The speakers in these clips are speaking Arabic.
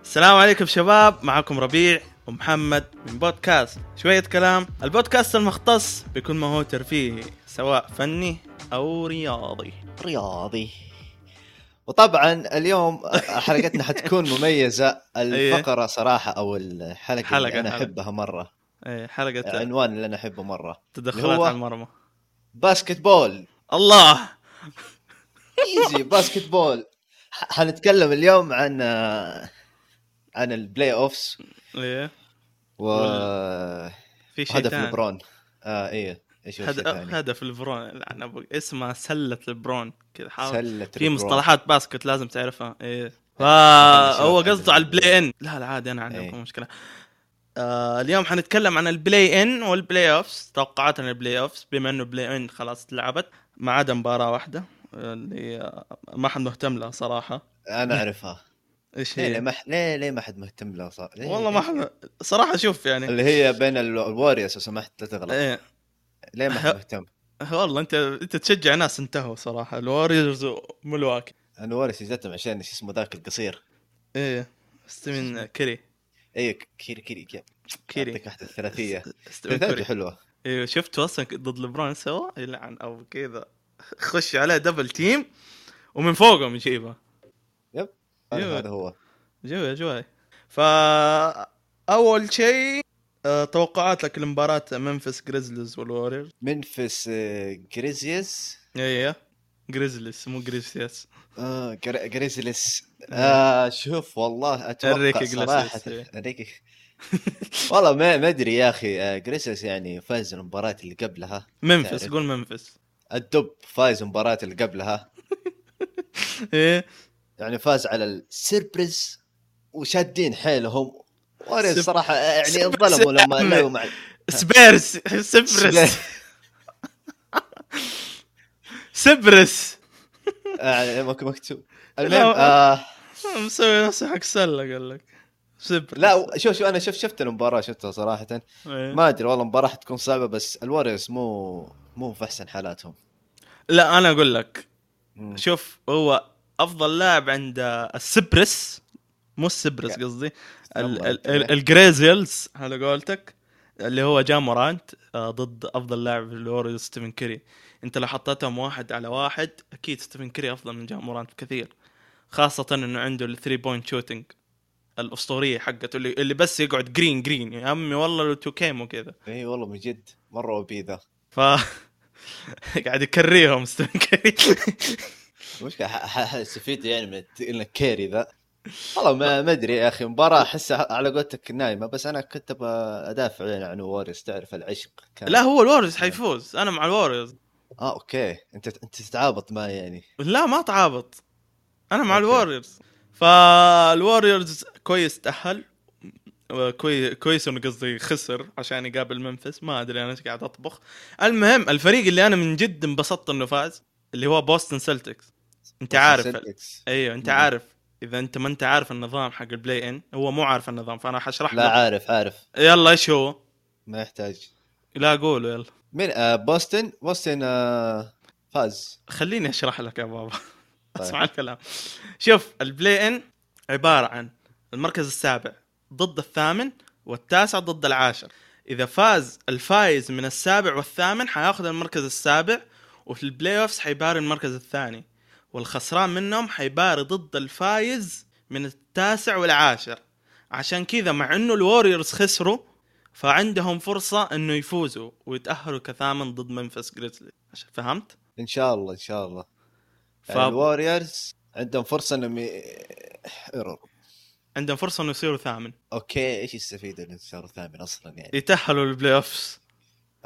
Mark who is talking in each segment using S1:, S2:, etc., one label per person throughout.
S1: السلام عليكم شباب معكم ربيع ومحمد من بودكاست شوية كلام البودكاست المختص بكل ما هو ترفيهي سواء فني أو رياضي
S2: رياضي وطبعا اليوم حلقتنا حتكون مميزه الفقره صراحه او الحلقه
S1: حلقة-
S2: اللي انا
S1: حلقة.
S2: احبها مره
S1: إيه، حلقة
S2: العنوان اللي انا احبه مره
S1: تدخلات
S2: يعني هو-
S1: على المرمى
S2: باسكت بول
S1: الله
S2: ايزي باسكت بول ح- حنتكلم اليوم عن آه، عن البلاي اوفس
S1: إيه،
S2: وهدف
S1: في شيء ثاني
S2: لبرون اه ايه ايش هو الشيء
S1: هد-
S2: الثاني؟
S1: هدف البرون لعن أبوك. اسمها سلة البرون كذا حاول
S2: سله
S1: في
S2: لبرون.
S1: مصطلحات باسكت لازم تعرفها
S2: إيه.
S1: ايه
S2: أنا
S1: فا
S2: شباب
S1: هو
S2: عندنا.
S1: قصده على البلاي ان لا لا عادي انا عندي
S2: إيه.
S1: مو مشكله آه اليوم حنتكلم عن البلاي ان والبلاي اوفس توقعاتنا البلاي اوفس بما انه بلاي ان خلاص اتلعبت ما عدا مباراه واحده اللي آه، ما حد مهتم لها صراحه
S2: انا اعرفها
S1: ايش
S2: ليه ليه
S1: هي؟
S2: إيه، ما ح- ليه ليه ما حد مهتم لها صار ليه-
S1: والله ما حد صراحه شوف يعني
S2: اللي هي بين ال- الواريوس لو سمحت لا تغلط
S1: ايه
S2: ليه ما حد مهتم؟
S1: والله انت انت تشجع ناس انتهوا صراحه الوريورز وملواكي
S2: انا وارث جتهم عشان شو اسمه ذاك القصير
S1: ايه استمن كري
S2: ايوه كيري كيري كيري
S1: كيري.
S2: يعطيك واحده ثلاثيه
S1: استمن كري
S2: ثلاثيه حلوه
S1: ايوه شفته اصلا ضد لبران سوا يلعن او كذا خش عليه دبل تيم ومن فوقهم يجيبها أيوة.
S2: آه، هذا هذا هو
S1: جوا جوا فا اول شيء آه، توقعاتك لمباراة منفس جريزلز والوريورز
S2: منفس آه، جريزيس
S1: ايوه جريزلز مو جريزليس
S2: آه جر- جريزلس
S1: أيوة.
S2: آه شوف والله اتوقع
S1: إنريكي
S2: صراحه
S1: جليسيس.
S2: انريكي والله ما ما ادري يا اخي آه جريزيس يعني فاز المباراه اللي قبلها
S1: منفس
S2: تعرف.
S1: قول منفس
S2: الدب فاز المباراه اللي قبلها
S1: ايه
S2: يعني فاز على السيربريز وشادين حيلهم واريز
S1: سب-
S2: صراحه آه، يعني
S1: سب-
S2: انظلموا لما
S1: سب-
S2: لعبوا مع
S1: سبيرس سبرس سبرس
S2: آه مكتوب مكتوب المهم
S1: لا،
S2: آه
S1: مسوي نفسه حق سله قال لك سبرس
S2: لا شوف شوف انا شفت شفت المباراه شفتها صراحه
S1: إيه.
S2: ما ادري والله المباراه حتكون صعبه بس الوريوز مو مو في احسن حالاتهم
S1: لا انا اقول لك
S2: مم.
S1: شوف هو افضل لاعب عند السبرس مو السبرس
S2: يا.
S1: قصدي
S2: الله
S1: ال- ال-
S2: يكرمك.
S1: ال- الجريزيلز على قولتك اللي هو جامورانت ضد افضل لاعب في الوريوز ستيفن كيري انت لو حطيتهم واحد على واحد اكيد ستيفن كيري افضل من جامورانت بكثير خاصه انه عنده الثري بوينت شوتنج الاسطوريه حقته اللي, اللي بس يقعد جرين جرين يا عمي والله لو 2 كيم وكذا
S2: اي إيه، والله من جد مره وبي ذا
S1: ف قاعد يكريهم ستيفن كيري
S2: مشكله ح- ح- ح- استفيد يعني من الت- إن الكيري ذا والله ما ما ادري يا اخي مباراه احسها على قولتك نايمه بس انا كنت ابغى ادافع يعني عن الوريوز تعرف العشق كان
S1: لا هو الوريوز حيفوز انا مع الوريوز
S2: اه اوكي انت انت تتعابط معي يعني
S1: لا ما تعابط انا مع
S2: أوكي.
S1: الوريورز فالوريورز كويس تاهل كوي- كويس انه قصدي خسر عشان يقابل منفس ما ادري انا ايش قاعد اطبخ المهم الفريق اللي انا من جد انبسطت انه فاز اللي هو بوستن سلتكس انت عارف
S2: سلتكس.
S1: ايوه انت
S2: مم.
S1: عارف اذا انت ما انت عارف النظام حق البلاي ان هو مو عارف النظام فانا حشرح
S2: لا
S1: له
S2: عارف عارف
S1: يلا ايش هو
S2: ما يحتاج
S1: لا قوله يلا
S2: مين آه بوستن بوستن آه فاز
S1: خليني اشرح لك يا بابا
S2: طيب.
S1: اسمع الكلام شوف البلاي ان عباره عن المركز السابع ضد الثامن والتاسع ضد العاشر اذا فاز الفايز من السابع والثامن حياخذ المركز السابع وفي البلاي اوفس حيباري المركز الثاني والخسران منهم حيباري ضد الفايز من التاسع والعاشر عشان كذا مع انه الوريورز خسروا فعندهم فرصه انه يفوزوا ويتاهلوا كثامن ضد منفس جريزلي عشان- فهمت؟
S2: ان شاء الله ان شاء الله
S1: ف...
S2: يعني الواريورز عندهم فرصه انهم ي... ايرور
S1: عندهم فرصه انه يصيروا ثامن
S2: اوكي ايش يستفيدوا من صاروا ثامن اصلا
S1: إيه.
S2: يعني
S1: يتاهلوا للبلاي اوفس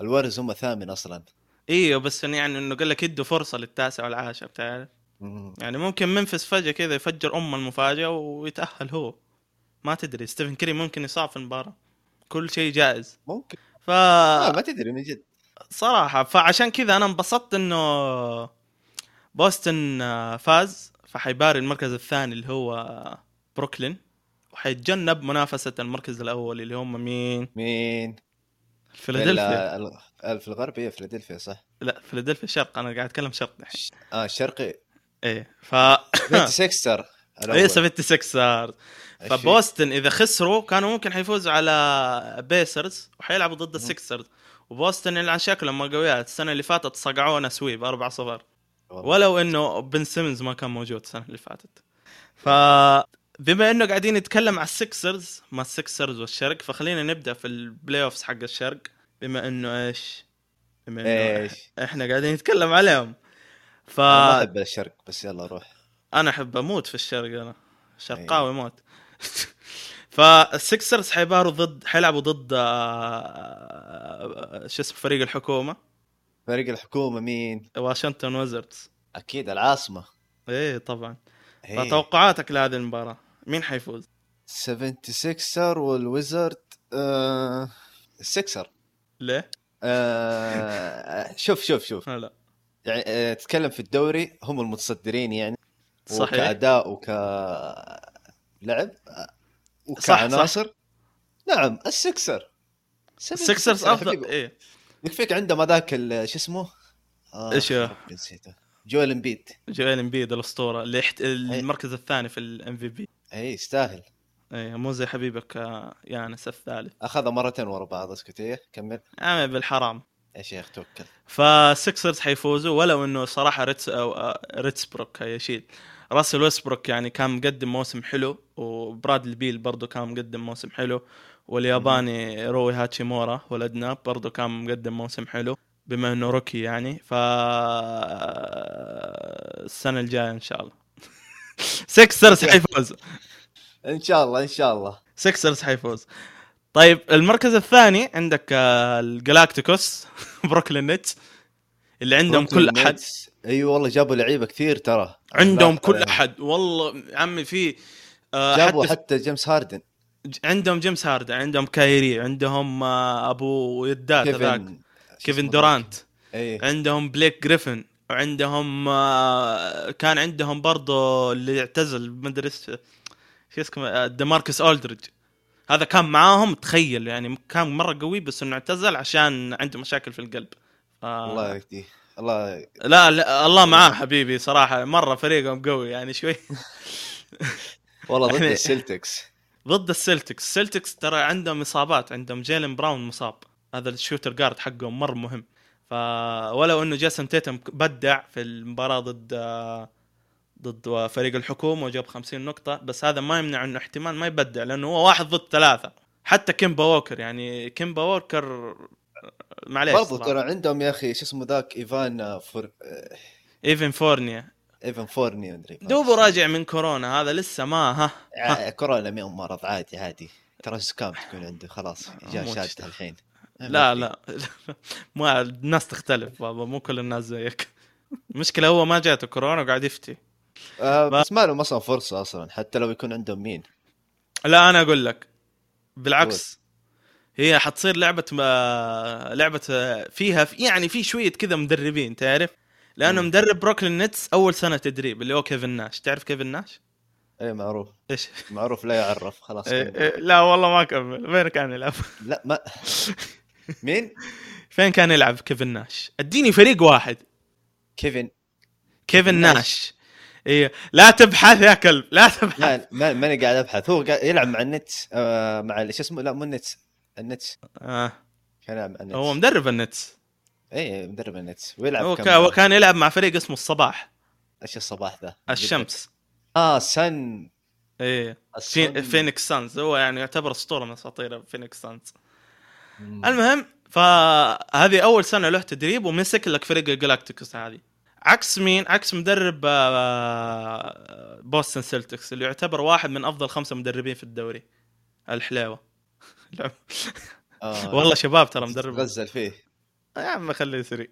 S2: الواريورز هم ثامن اصلا
S1: ايوه بس إن يعني انه قال لك يدوا فرصه للتاسع والعاشر تعرف
S2: مم.
S1: يعني ممكن منفس فجاه كذا يفجر ام المفاجاه ويتاهل هو ما تدري ستيفن كيري ممكن يصاب في المباراه كل شيء جائز
S2: ممكن
S1: ف
S2: آه ما تدري من جد
S1: صراحة فعشان كذا أنا انبسطت إنه بوسطن آه، فاز فحيباري المركز الثاني اللي هو بروكلين وحيتجنب منافسة المركز الأول اللي هم مين؟
S2: مين
S1: فيلادلفيا
S2: ال- ال- في الغرب هي فيلادلفيا صح
S1: لا فيلادلفيا شرق أنا قاعد أتكلم شرق الحين
S2: ش- اه الشرقي
S1: آه. إيه ف
S2: سيكستر الأول.
S1: اي 76 صار فبوستن اذا خسروا كانوا ممكن حيفوزوا على بيسرز وحيلعبوا ضد السكسرز وبوستن اللي على شكلهم قويات السنه اللي فاتت صقعونا سويب 4 0
S2: والله.
S1: ولو انه بن سيمنز ما كان موجود السنه اللي فاتت ف بما انه قاعدين نتكلم على السكسرز ما السكسرز والشرق فخلينا نبدا في البلاي اوفز حق الشرق بما انه ايش؟ بما انه
S2: ايش؟
S1: احنا قاعدين نتكلم عليهم ف
S2: أنا ما احب الشرق بس يلا روح
S1: انا احب اموت في الشرق انا شرقاوي موت فالسكسرز حيباروا ضد حيلعبوا ضد آه، شو اسمه فريق الحكومه
S2: فريق الحكومه مين؟
S1: واشنطن ويزردز
S2: اكيد العاصمه
S1: ايه طبعا
S2: هي.
S1: فتوقعاتك لهذه المباراه مين حيفوز
S2: 76 والويزرد آه... السكسر
S1: ليه
S2: آه... شوف شوف شوف
S1: لا
S2: يعني آه... تتكلم في الدوري هم المتصدرين يعني
S1: صحيح.
S2: وكاداء وك لعب آه، وكعناصر صح صح. نعم السكسر
S1: السكسرز افضل ايه
S2: يكفيك عندهم هذاك ال- شو اسمه؟ آه،
S1: إيش هو؟
S2: ربي نسيته جويل امبيد
S1: جويل امبيد الاسطوره اللي يحت... المركز الثاني في الام في بي
S2: اي يستاهل
S1: ايه مو زي حبيبك آه، يانس الثالث
S2: اخذها مرتين ورا بعض اسكت إيه، كمل
S1: عامل بالحرام
S2: يا شيخ توكل
S1: فالسكسرز حيفوزوا ولو انه صراحه ريتس او آه، ريتسبروك هيشيل راسل ويسبروك يعني كان مقدم موسم حلو وبرادلي بيل برضه كان مقدم موسم حلو والياباني روي هاتشيمورا ولدنا برضه كان مقدم موسم حلو بما انه روكي يعني ف آه، السنه الجايه ان شاء الله سكسرز حيفوز
S2: ان شاء الله ان شاء الله
S1: سكسرز حيفوز طيب المركز الثاني عندك آه، الجلاكتيكوس بروكلين نتس اللي عندهم كل
S2: بروكلين
S1: احد
S2: نتس. اي أيوة والله جابوا لعيبه كثير ترى
S1: عندهم
S2: لا،
S1: كل
S2: يعني
S1: احد والله عمي في آه،
S2: جابوا
S1: حتى
S2: حتى جيمس هاردن
S1: ج- عندهم جيمس هاردن عندهم كايري عندهم آه، ابو يدات ذاك
S2: كيفن
S1: كيفن دورانت إيه.
S2: اي
S1: عندهم بليك جريفن وعندهم آه، كان عندهم برضه اللي اعتزل ما ادري ايش شو اسمه آه، ديماركس اولدريج هذا كان معاهم تخيل يعني كان مره قوي بس انه اعتزل عشان عنده مشاكل في القلب آه،
S2: الله يهديه الله
S1: لا, لا الله معاه حبيبي صراحه مره فريقهم قوي يعني شوي
S2: والله ضد
S1: إحنا-
S2: السلتكس
S1: ضد السلتكس السلتكس ترى عندهم اصابات عندهم جيلن براون مصاب هذا الشوتر جارد حقهم مره مهم فولو انه جاسم تيتم بدع في المباراه ضد ضد فريق الحكومه وجاب 50 نقطه بس هذا ما يمنع انه احتمال ما يبدع لانه هو واحد ضد ثلاثه حتى كيمبا ووكر يعني كيمبا ووكر معليش
S2: برضو ترى عندهم يا اخي شو اسمه ذاك ايفان فور آه،
S1: ايفن فورنيا
S2: ايفان فورني مدري
S1: دوبه راجع من كورونا هذا لسه ما ها
S2: آه، كورونا مين مرض عادي عادي ترى سكام تكون عنده خلاص جاء إيه.
S1: مو
S2: شاشته
S1: مشكلة.
S2: الحين
S1: لا لا ما الناس تختلف بابا مو كل الناس زيك المشكلة هو ما جاته كورونا وقاعد يفتي
S2: آه،
S1: ما-
S2: بس ما لهم اصلا فرصه اصلا حتى لو يكون عندهم مين
S1: لا أنا أقول لك بالعكس هي حتصير لعبة ما لعبة فيها في يعني في شوية كذا مدربين تعرف لأنه
S2: مم.
S1: مدرب بروكلين نتس أول سنة تدريب اللي هو كيفن ناش تعرف كيفن ناش؟
S2: اي إيه، معروف
S1: ايش؟
S2: معروف لا يعرف خلاص
S1: إيه، إيه، لا والله ما كمل وين كان يلعب؟
S2: لا ما مين
S1: فين كان يلعب كيفن ناش؟ اديني فريق واحد
S2: كيفن
S1: كيفن
S2: ناش.
S1: ناش ايوه لا تبحث يا كلب لا تبحث
S2: لا ما- ماني قاعد ابحث هو قاعد يلعب مع النتس آه مع ال- شو اسمه لا مو النتس النتس
S1: آه.
S2: كان يلعب مع النتس
S1: هو مدرب النتس
S2: اي إيه، مدرب النتس ويلعب
S1: هو
S2: كم-
S1: كا- هو كان يلعب مع فريق اسمه الصباح
S2: ايش الصباح ذا
S1: الشمس
S2: اه سن
S1: ايه في
S2: السن.
S1: فينيكس سانز هو يعني يعتبر اسطوره من اساطير فينيكس سانز
S2: مم.
S1: المهم فهذه اول سنه له تدريب ومسك لك فريق الجلاكتيكوس هذه عكس مين عكس مدرب آه، بوستن سيلتكس اللي يعتبر واحد من افضل خمسه مدربين في الدوري الحلاوه
S2: آه،
S1: والله شباب ترى مدرب
S2: غزل فيه
S1: يا عم خليه يسري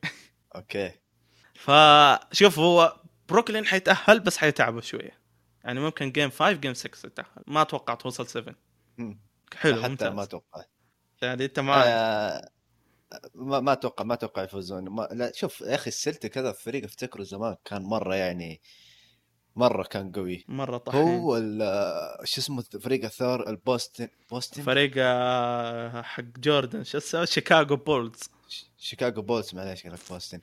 S2: اوكي
S1: فشوف هو بروكلين حيتاهل بس حيتعبوا شويه يعني ممكن جيم 5 جيم 6 يتاهل ما اتوقع توصل 7
S2: مم.
S1: حلو
S2: حتى
S1: ممتاز
S2: ما اتوقع
S1: يعني انت ما
S2: آه، ما ما اتوقع ما اتوقع يفوزون ما لا شوف يا اخي السلتك كذا فريق افتكره زمان كان مره يعني مره كان قوي
S1: مره طحين
S2: هو ال- شو اسمه الفريق الثار البوستن بوستن
S1: فريق آه، حق جوردن شو اسمه شيكاغو بولز
S2: ش- شيكاغو بولز معليش قالك بوستن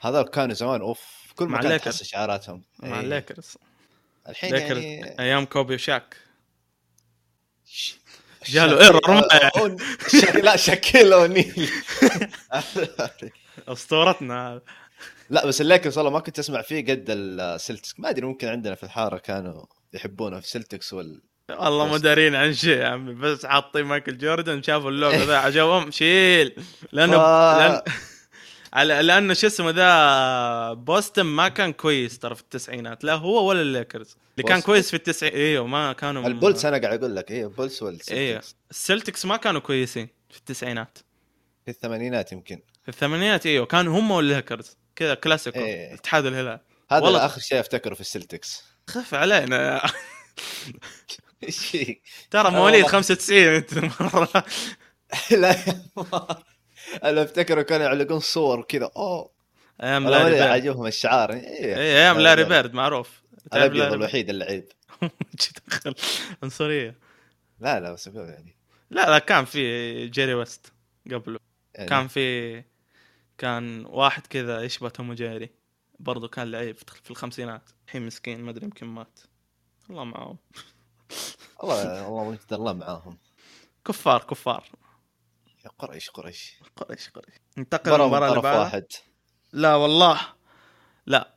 S2: هذول كانوا زمان اوف كل
S1: مع
S2: ما كان
S1: الليكرز.
S2: تحس شعاراتهم
S1: مع
S2: إيه.
S1: الليكرز
S2: الحين
S1: ذكر
S2: يعني
S1: ايام كوبي وشاك جاله ايرور رائع.
S2: آه، أون- شك- لا شكل اونيل
S1: اسطورتنا هذا
S2: لا بس الليكرز والله ما كنت اسمع فيه قد السلتكس ما ادري ممكن عندنا في الحاره كانوا يحبونه في سلتكس وال
S1: والله ما
S2: بس.
S1: دارين عن شيء يا عمي بس حاطين مايكل جوردن شافوا اللوجو ذا عجبهم شيل لانه
S2: ف-
S1: لأن... على لانه شو اسمه ذا بوستن ما كان كويس ترى في التسعينات لا هو ولا الليكرز اللي كان
S2: بوستن.
S1: كويس في التسعين ايوه ما كانوا
S2: البولس انا قاعد اقول لك ايه البولس والسلتكس
S1: ايوه السلتكس ما كانوا كويسين في التسعينات
S2: في الثمانينات يمكن
S1: في الثمانينات ايوه كانوا هم والليكرز كذا كلاسيكو
S2: إيه.
S1: اتحاد الهلال
S2: هذا
S1: والله.
S2: والله اخر شيء افتكره في السلتكس
S1: خف علينا
S2: ايش فيك؟
S1: ترى
S2: والله.
S1: مواليد 95 انت مره
S2: لا انا افتكره كانوا يعلقون صور كذا اوه
S1: ايام
S2: ولا
S1: لاري
S2: ولا
S1: بيرد
S2: عجبهم الشعار ايه
S1: اي ايام لاري بيرد معروف إيه، تعرف
S2: الابيض
S1: لاري بيرد؟
S2: الوحيد اللي عيب
S1: شو دخل عنصريه
S2: لا لا بس أقول يعني
S1: لا لا كان في جيري ويست قبله
S2: يعني
S1: كان في كان واحد كذا يشبه توم جيري برضه كان لعيب في الخمسينات الحين مسكين ما ادري يمكن مات الله معاهم
S2: الله الله وجد الله معاهم
S1: كفار كفار
S2: يا قريش قريش
S1: قريش قريش ننتقل
S2: برا من
S1: للمباراه اللي
S2: طرف
S1: بعدها
S2: واحد
S1: لا والله لا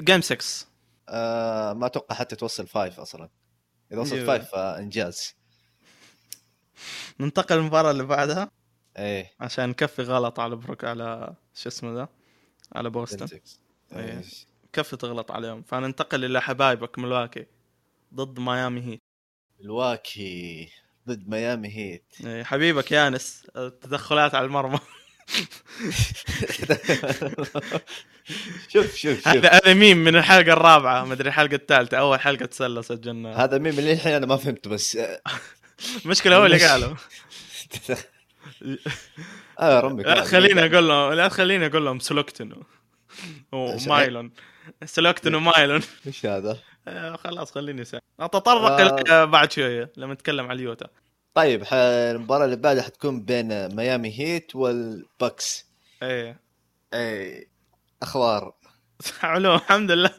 S1: جيم 6
S2: آه ما اتوقع حتى توصل فايف اصلا اذا وصل آه،
S1: يو.
S2: فايف فانجاز
S1: ننتقل للمباراه اللي بعدها
S2: ايه
S1: عشان نكفي غلط على بروك على شو اسمه ذا على بوسطن
S2: سلتكس
S1: إيه.
S2: إيه.
S1: كفي تغلط عليهم فننتقل الى حبايبك ملواكي ضد ميامي هيت
S2: الواكي ضد ميامي هيت
S1: إيه، حبيبك يانس تدخلات على المرمى
S2: شوف شوف شوف
S1: هذا هذا ميم من الحلقه الرابعه ما ادري الحلقه الثالثه اول حلقه تسلى سجلناها
S2: هذا ميم اللي الحين انا ما فهمته بس آه،
S1: المشكله هو اللي
S2: مش-
S1: قاله
S2: آه رمي
S1: لا
S2: كمان.
S1: تخليني اقول لهم لا تخليني اقول لهم سلوكتنو ومايلون سلوكتنو ومايلون
S2: ايش هذا؟
S1: آه، خلاص خليني سا. اتطرق
S2: آه.
S1: لك آه، بعد شويه لما نتكلم عن اليوتا
S2: طيب ح- المباراة اللي بعدها حتكون بين ميامي هيت والبكس
S1: ايه
S2: اي اخبار
S1: علوم الحمد لله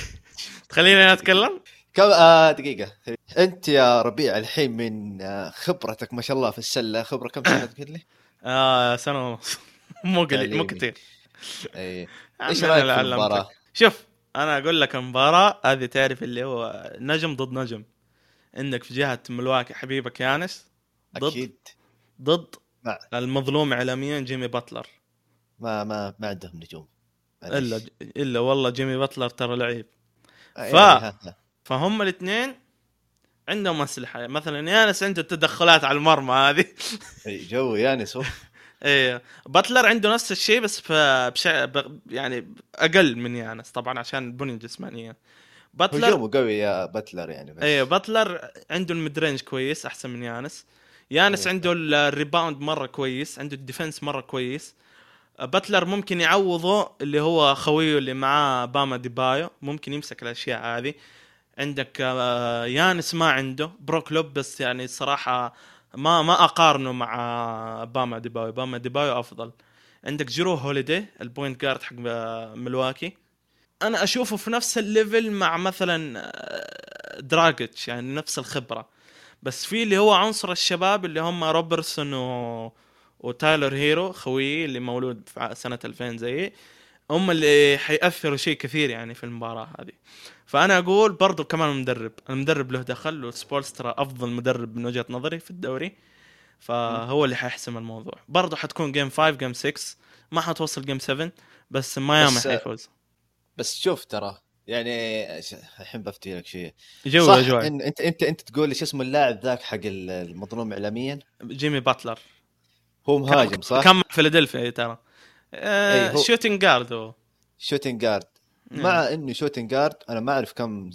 S1: تخليني انا اتكلم
S2: كم آه دقيقة انت يا ربيع الحين من آه، خبرتك ما شاء الله في السلة خبرة كم سنة تقول لي؟
S1: آه سنه ونص مو قليل مو
S2: تعليمي.
S1: كثير
S2: اي
S1: عمي،
S2: ايش
S1: أنا
S2: رايك
S1: اللي
S2: في
S1: علمتك.
S2: المباراة؟
S1: شوف انا اقول لك المباراه هذه تعرف اللي هو نجم ضد نجم عندك في جهه ملواكي حبيبك يانس ضد
S2: اكيد
S1: ضد
S2: مع.
S1: المظلوم اعلاميا جيمي باتلر
S2: ما ما ما عندهم نجوم معليش.
S1: الا الا والله جيمي باتلر ترى لعيب
S2: إيه،
S1: ف-
S2: ها- ها.
S1: فهم الاثنين عندهم اسلحه مثلا يانس عنده التدخلات على المرمى هذه
S2: إيه، جو يانس أوف.
S1: ايه باتلر عنده نفس الشيء بس ف- بشع... ب... يعني اقل من يانس طبعا عشان البنيه الجسمانيه باتلر
S2: هجومه قوي يا باتلر يعني بس
S1: ايه باتلر عنده المدرينج كويس احسن من يانس يانس
S2: إيه.
S1: عنده ال- الريباوند مره كويس عنده الديفنس مره كويس أه، باتلر ممكن يعوضه اللي هو خويه اللي معاه باما ديبايو ممكن يمسك الاشياء هذه عندك آه، يانس ما عنده بروك لوبس يعني صراحه ما ما اقارنه مع باما ديبايو باما ديبايو افضل عندك جيرو هوليدي البوينت جارد حق آه، ملواكي انا اشوفه في نفس الليفل مع مثلا آه، دراجيتش يعني نفس الخبره بس في اللي هو عنصر الشباب اللي هم روبرتسون و... وتايلر هيرو خويي اللي مولود في ع- سنه 2000 زيي هم اللي حيأثروا شيء كثير يعني في المباراه هذه فانا اقول برضو كمان المدرب المدرب له دخل وسبولسترا افضل مدرب من وجهه نظري في الدوري فهو اللي حيحسم الموضوع برضو حتكون جيم 5 جيم 6 ما حتوصل جيم 7 بس ميامي
S2: بس-
S1: حيفوز
S2: بس شوف ترى يعني ش- الحين بفتي لك شيء
S1: جو
S2: صح
S1: اجواء
S2: إن انت انت انت تقول لي شو اسمه اللاعب ذاك حق ال- المظلوم اعلاميا
S1: جيمي باتلر
S2: هو مهاجم صح؟
S1: كان مع فيلادلفيا ترى آه
S2: أي، هو-
S1: شوتنج جارد هو
S2: شوتنج جارد
S1: إيه. نعم.
S2: مع انه شوتنج جارد انا ما اعرف كم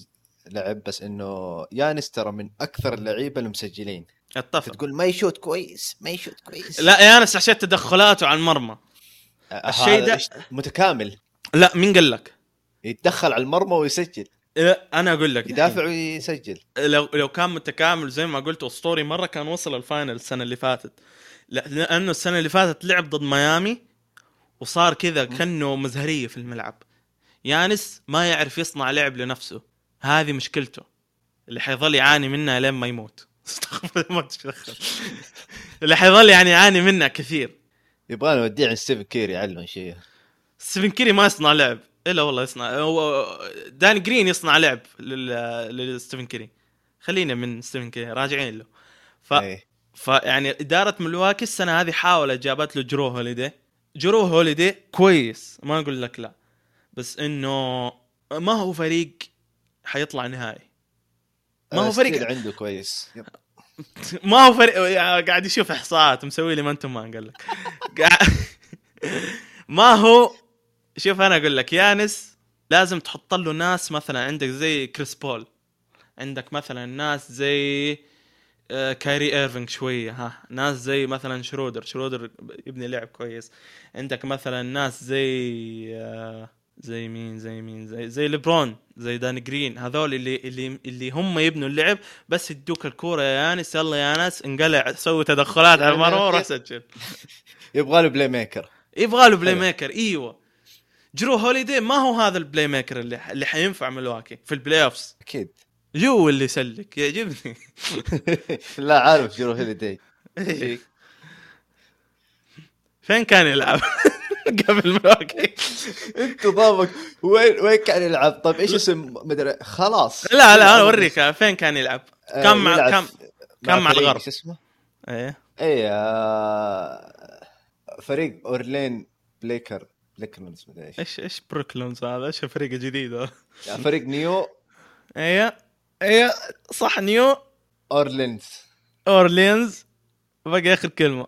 S2: لعب بس انه يانس ترى من اكثر اللعيبه المسجلين
S1: اتفق
S2: تقول ما يشوت كويس ما يشوت كويس
S1: لا يانس عشان تدخلاته على المرمى
S2: آه،
S1: الشيء
S2: هذا
S1: ده-
S2: إيش- متكامل
S1: لا مين قال لك؟
S2: يتدخل على المرمى ويسجل
S1: لا، انا اقول إيه، لك
S2: يدافع ويسجل
S1: لو لو كان متكامل زي ما قلت اسطوري مره كان وصل الفاينل السنه اللي فاتت لا- لانه السنه اللي فاتت لعب ضد ميامي وصار كذا كانه مزهريه في الملعب يانس ما يعرف يصنع لعب لنفسه هذه مشكلته اللي حيظل يعاني منها لين ما يموت استغفر الله ما تشخر. اللي حيظل يعني يعاني منها كثير
S2: يبغانا نوديه عند ستيفن كير يعلم شيء
S1: ستيفن كيري ما يصنع لعب الا والله يصنع هو دان جرين يصنع لعب لل- لستيفن كيري خلينا من ستيفن كيري راجعين له ف... يعني
S2: إيه.
S1: فيعني اداره ملواكي السنه هذه حاولت جابت له جرو هوليدي جرو هوليدي كويس ما اقول لك لا بس انه ما هو فريق حيطلع نهائي ما هو
S2: آه،
S1: فريق-
S2: ستيل عنده كويس يب.
S1: ما هو فريق يعني قاعد يشوف احصاءات مسوي لي ما انتم ما قال لك قاع- ما هو شوف انا اقول لك يانس لازم تحط له ناس مثلا عندك زي كريس بول عندك مثلا ناس زي آه، كايري ايرفينج شويه ها ناس زي مثلا شرودر شرودر يبني لعب كويس عندك مثلا ناس زي آه، زي مين زي مين زي زي ليبرون زي دان جرين هذول اللي اللي اللي هم يبنوا اللعب بس يدوك الكوره يا يانس يلا يا انس انقلع سوي تدخلات على المرمى وروح سجل
S2: يبغى له بلاي ميكر
S1: يبغى له بلاي ميكر ايوه جرو هوليدي ما هو هذا البلاي ميكر اللي اللي حينفع ملواكي في البلاي اوفز
S2: اكيد
S1: جو اللي يسلك يعجبني
S2: لا عارف جرو هوليدي إيه.
S1: إيه. فين كان يلعب قبل ملواكي
S2: انت ضابك وين وين كان يلعب طيب ايش اسم مدري خلاص
S1: لا لا انا اوريك فين كان يلعب كان مع
S2: آه، يلعب
S1: كان كان مع
S2: فريق
S1: الغرب.
S2: شو اسمه؟
S1: ايه
S2: اي آه، فريق اورلين بليكر بليكرنز مدري ايش
S1: ايش ايش بروكلونز هذا ايش الفريق الجديد هذا؟
S2: يعني فريق نيو
S1: ايه ايه صح نيو
S2: اورلينز
S1: اورلينز باقي اخر كلمه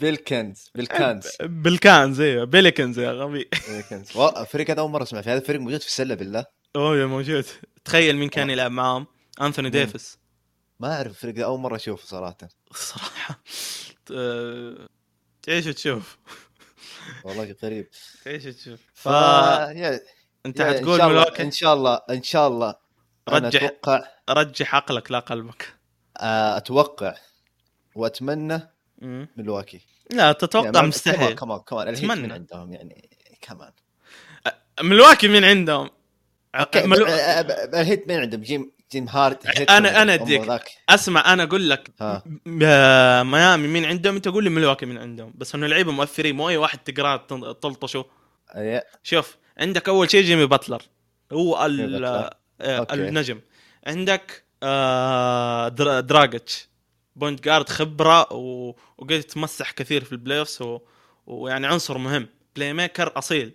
S2: بيلكنز بيلكانز إيه،
S1: بالكانز ايوه بيليكنز يا غبي
S2: بيلكنز والله الفريق هذا اول مره اسمع فيه هذا فريق موجود في السله بالله
S1: اوه يا موجود تخيل مين كان يلعب معاهم انثوني ديفيس
S2: ما اعرف الفريق ده اول مره اشوفه صراحه
S1: الصراحه ت- تعيش وتشوف
S2: والله غريب
S1: تعيش وتشوف
S2: ف
S1: فانت
S2: يا- يا- إن
S1: حتقول
S2: شاء الله-
S1: ملواكي
S2: ان شاء الله ان شاء الله انا
S1: رجح.
S2: اتوقع
S1: رجح عقلك لا قلبك
S2: آه، اتوقع واتمنى ملواكي
S1: لا تتوقع
S2: يعني
S1: مستحيل
S2: كمان كمان
S1: أتمنى.
S2: الحين من عندهم يعني كمان
S1: ملواكي مين عندهم؟ عق-
S2: اوكي
S1: ملو...
S2: الهيت مين عندهم جيم جيم هارت هيت
S1: أنا-
S2: من
S1: أنا
S2: عندهم،
S1: أديك.
S2: ذاك.
S1: اسمع انا اقول لك
S2: ها.
S1: م- آه، ميامي مين عندهم انت قول لي ملواكي مين عندهم بس انه لعيبه مؤثرين مو اي واحد تقراه تن- تلطشه
S2: أي-
S1: شوف عندك اول شيء جيمي باتلر هو
S2: جيمي
S1: ال
S2: إيه، باتلر.
S1: آه،
S2: أوكي.
S1: النجم عندك آه، درا- دراجتش بوينت جارد خبره و- وقد تمسح كثير في البلاي اوفس و- ويعني عنصر مهم بلاي ميكر اصيل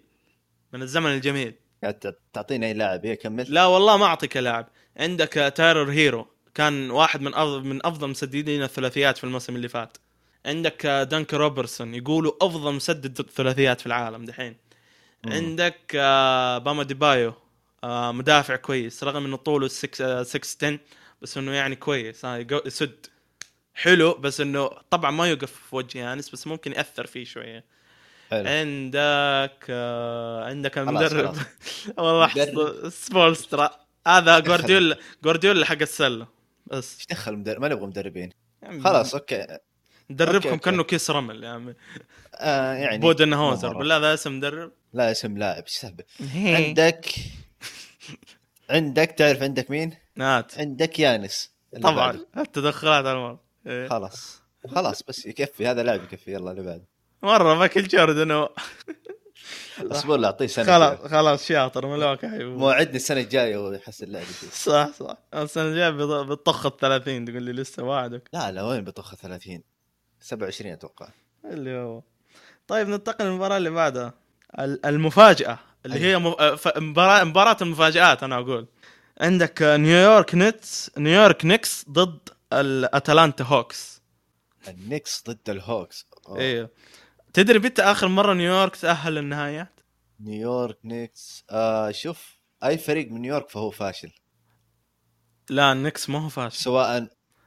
S1: من الزمن الجميل
S2: قاعد تعطيني اي لاعب هي كمل
S1: لا والله ما اعطيك لاعب عندك آه، تايرر هيرو كان واحد من افضل من افضل مسددين الثلاثيات في الموسم اللي فات عندك آه، دانك روبرتسون يقولوا افضل مسدد ثلاثيات في العالم دحين
S2: مم.
S1: عندك آه، باما ديبايو آه، مدافع كويس رغم انه طوله 6 10 بس انه يعني كويس ها يقو- يسد حلو بس انه طبعا ما يوقف في وجه يانس بس ممكن ياثر فيه شويه
S2: حلو
S1: عندك آه، عندك
S2: خلاص،
S1: المدرب
S2: خلاص.
S1: والله
S2: مدرب.
S1: أحس- سبولسترا هذا
S2: دخل.
S1: جوارديولا جوارديولا حق السله بس يعني
S2: ايش دخل مدرب ما نبغى مدربين خلاص اوكي أوكي،
S1: مدربكم
S2: أوكي.
S1: كانه كيس رمل يا عمي
S2: آه يعني
S1: بودن هوزر
S2: مرة.
S1: بالله هذا اسم مدرب
S2: لا اسم لاعب ايش سهبة
S1: إيه.
S2: عندك عندك تعرف عندك مين؟
S1: نات
S2: عندك يانس اللي بعده.
S1: طبعا التدخلات على المرة إيه.
S2: خلاص خلاص بس يكفي هذا لاعب يكفي يلا اللي بعده
S1: مره مايكل جوردن هو.
S2: اصبر له اعطيه سنه
S1: خلاص
S2: خلاص
S1: خلاص شاطر ملوك حبيبي
S2: موعدني السنه الجايه ويحسن لعبي فيه
S1: صح صح السنه الجايه بيط- بتطخ ال 30 تقول لي لسه وعدك
S2: لا لا وين بطخ 30 27 اتوقع
S1: اللي هو طيب ننتقل للمباراة اللي بعدها ال- المفاجأة اللي هي مف... آه، ف- مباراة مباراة المفاجآت أنا أقول عندك آه، نيويورك نتس نيويورك نيكس ضد الأتلانتا هوكس
S2: النكس ضد الهوكس أوه.
S1: ايوه تدري متى آخر مرة نيويورك تأهل للنهايات؟
S2: نيويورك نيكس آه شوف اي فريق من نيويورك فهو فاشل
S1: لا النكس ما هو فاشل
S2: سواء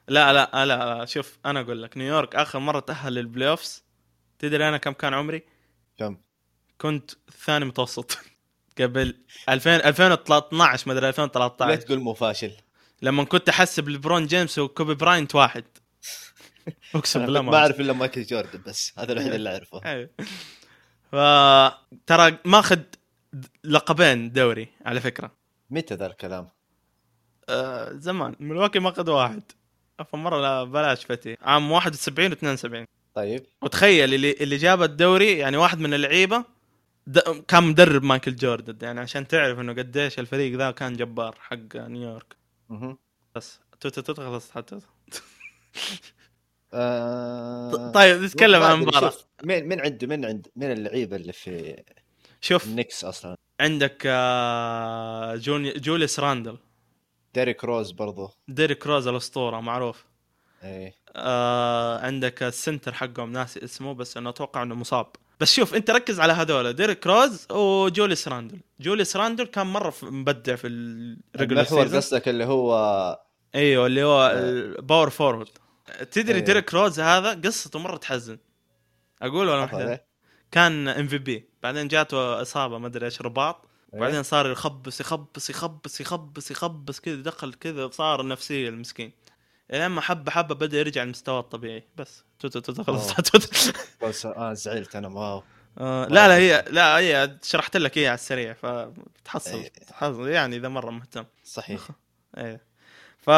S1: لا لا لا, لا شوف أنا أقول لك نيويورك آخر مرة تأهل للبلاي أوفس تدري أنا كم كان عمري؟
S2: كم
S1: كنت ثاني متوسط قبل 2000 2013 مدري
S2: لا
S1: 2013
S2: تقول مو فاشل
S1: لما كنت احسب لبرون جيمس وكوبي براينت واحد اقسم
S2: أنا
S1: بالله
S2: كنت ما
S1: ما أيوه.
S2: اعرف الا مايكل جوردن بس هذا الوحيد اللي اعرفه
S1: أعرف. أيوة. ف ترى ماخذ لقبين دوري على فكره
S2: متى ذا الكلام؟
S1: آه زمان ملواكي ما قد واحد فمره لا بلاش فتي عام 71 و72
S2: طيب
S1: وتخيل اللي اللي جاب الدوري يعني واحد من اللعيبه د- كان مدرب مايكل جوردن يعني عشان تعرف انه قديش الفريق ذا كان جبار حق نيويورك
S2: مهم.
S1: بس توت توت خلصت حتى
S2: آه...
S1: طيب نتكلم عن
S2: ما أدري،
S1: المباراه
S2: شوف، مين مين عنده مين عند مين اللعيبه اللي في
S1: شوف
S2: النكس اصلا
S1: عندك آه، جوني جوليس راندل
S2: ديريك روز برضو
S1: ديريك روز الاسطوره معروف
S2: ايه
S1: آه عندك السنتر حقهم ناسي اسمه بس انه اتوقع انه مصاب بس شوف انت ركز على هذول ديريك روز وجوليس راندل جوليس راندل كان مره في- مبدع في الريجولر
S2: المحور
S1: سيزون
S2: قصدك اللي هو
S1: ايوه اللي هو الباور فورورد تدري
S2: أيوه.
S1: ديريك روز هذا قصته مره تحزن اقول ولا
S2: أفضل،
S1: محتاج
S2: إيه؟
S1: كان ام في بي بعدين جاته اصابه ما ادري ايش رباط
S2: إيه؟
S1: بعدين صار يخبص يخبص يخبص يخبص يخبص كذا دخل كذا صار نفسيه المسكين الين ما حبه حبه بدا يرجع لمستواه الطبيعي بس توت توت خلص
S2: أوه.
S1: توت.
S2: بس اه زعلت انا واو
S1: آه، لا لا هي لا هي شرحت لك اياها على السريع فتحصل
S2: إيه.
S1: تحصل يعني اذا مره مهتم
S2: صحيح
S1: ايه ف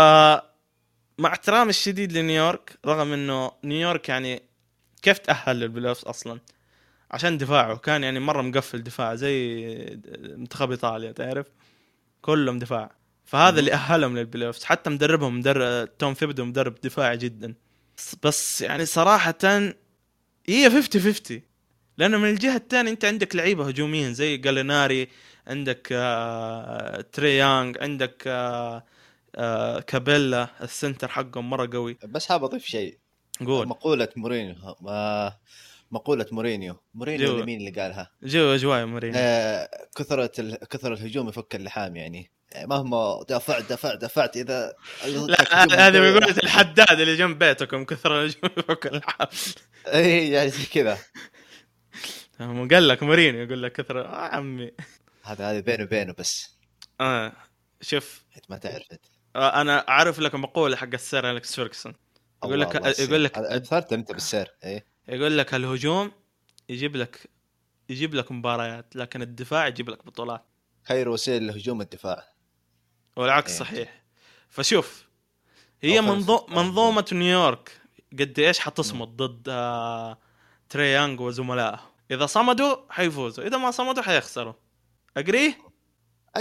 S1: مع احترامي الشديد لنيويورك رغم انه نيويورك يعني كيف تاهل للبلاي أوفس اصلا عشان دفاعه كان يعني مره مقفل دفاع زي منتخب ايطاليا تعرف كلهم دفاع فهذا اللي اهلهم للبلاي أوفس حتى مدربهم مدرب توم ثيبدو مدرب دفاعي جدا بس- بس يعني صراحه هي 50 50 لانه من الجهه الثانيه انت عندك لعيبه هجوميين زي جاليناري عندك آه تري يانج عندك آه آه كابيلا السنتر حقهم مره قوي
S2: بس حاب اضيف شيء
S1: قول
S2: مقولة مورينيو ما مقولة مورينيو مورينيو
S1: جو.
S2: اللي مين اللي قالها؟
S1: جو اجواء مورينيو
S2: آه كثرة ال... كثرة الهجوم يفك اللحام يعني مهما دافعت دافعت دافعت اذا
S1: لا هذا- هذا بيقول الحداد اللي جنب بيتكم كثر الهجوم يفك الحال
S2: اي يعني زي كذا
S1: هم قال لك مورينيو يقول لك كثر آه عمي
S2: هذا هذا بينه وبينه بس
S1: آه شوف
S2: انت ما تعرف انت
S1: آه انا اعرف لك مقوله حق السير الكس فيركسون يقول لك-
S2: الله، الله
S1: يقول لك-
S2: يسلمك. اثرت انت بالسير إيه. اي
S1: يقول لك الهجوم يجيب لك يجيب لك مباريات لكن الدفاع يجيب لك بطولات
S2: خير وسيله للهجوم الدفاع
S1: والعكس
S2: إيه.
S1: صحيح فشوف هي
S2: أو خمسة.
S1: منظو... منظومة نيويورك قد ايش حتصمد ضد آه... تري يانج وزملائه إذا صمدوا حيفوزوا إذا ما صمدوا حيخسروا أقريه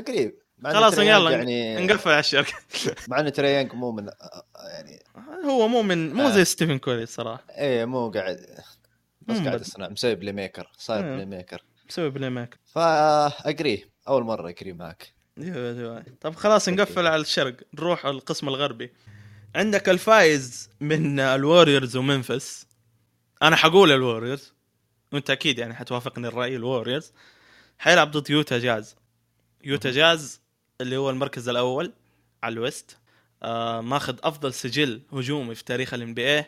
S2: قريب مع إن
S1: خلاص،
S2: تريانج
S1: يلا،
S2: يعني
S1: نقفل على الشركة
S2: مع انه تريانج مو من يعني
S1: هو مو من مو
S2: آه.
S1: زي ستيفن كوري صراحة
S2: ايه مو قاعد بس
S1: مم،
S2: قاعد
S1: بس.
S2: يصنع مسوي بلاي ميكر صاير
S1: إيه.
S2: بلاي ميكر
S1: مسوي بلاي ميك
S2: فا اجري اول مره اجري معك
S1: أيوة، أيوة. طب خلاص نقفل على الشرق نروح على القسم الغربي عندك الفايز من الواريورز ومنفس انا حقول الواريورز وانت اكيد يعني حتوافقني الراي الواريورز حيلعب ضد يوتا جاز يوتا جاز اللي هو المركز الاول على الويست آه ماخذ افضل سجل هجومي في تاريخ الان بي اي